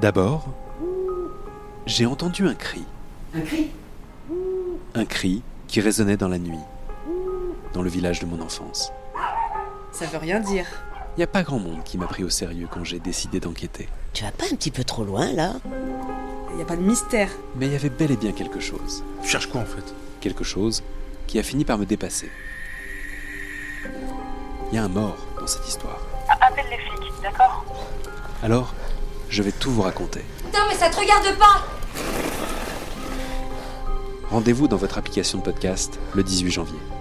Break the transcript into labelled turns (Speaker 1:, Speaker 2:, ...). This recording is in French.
Speaker 1: D'abord, j'ai entendu un cri,
Speaker 2: Un cri
Speaker 1: un cri qui résonnait dans la nuit, dans le village de mon enfance.
Speaker 2: Ça veut rien dire.
Speaker 1: Il n'y a pas grand monde qui m'a pris au sérieux quand j'ai décidé d'enquêter.
Speaker 3: Tu vas pas un petit peu trop loin là
Speaker 2: Il n'y a pas de mystère.
Speaker 1: Mais il y avait bel et bien quelque chose.
Speaker 4: Tu cherches quoi en fait
Speaker 1: Quelque chose qui a fini par me dépasser. Il y a un mort dans cette histoire.
Speaker 5: Appelle les flics, d'accord
Speaker 1: Alors, je vais tout vous raconter.
Speaker 6: Putain, mais ça te regarde pas
Speaker 1: Rendez-vous dans votre application de podcast le 18 janvier.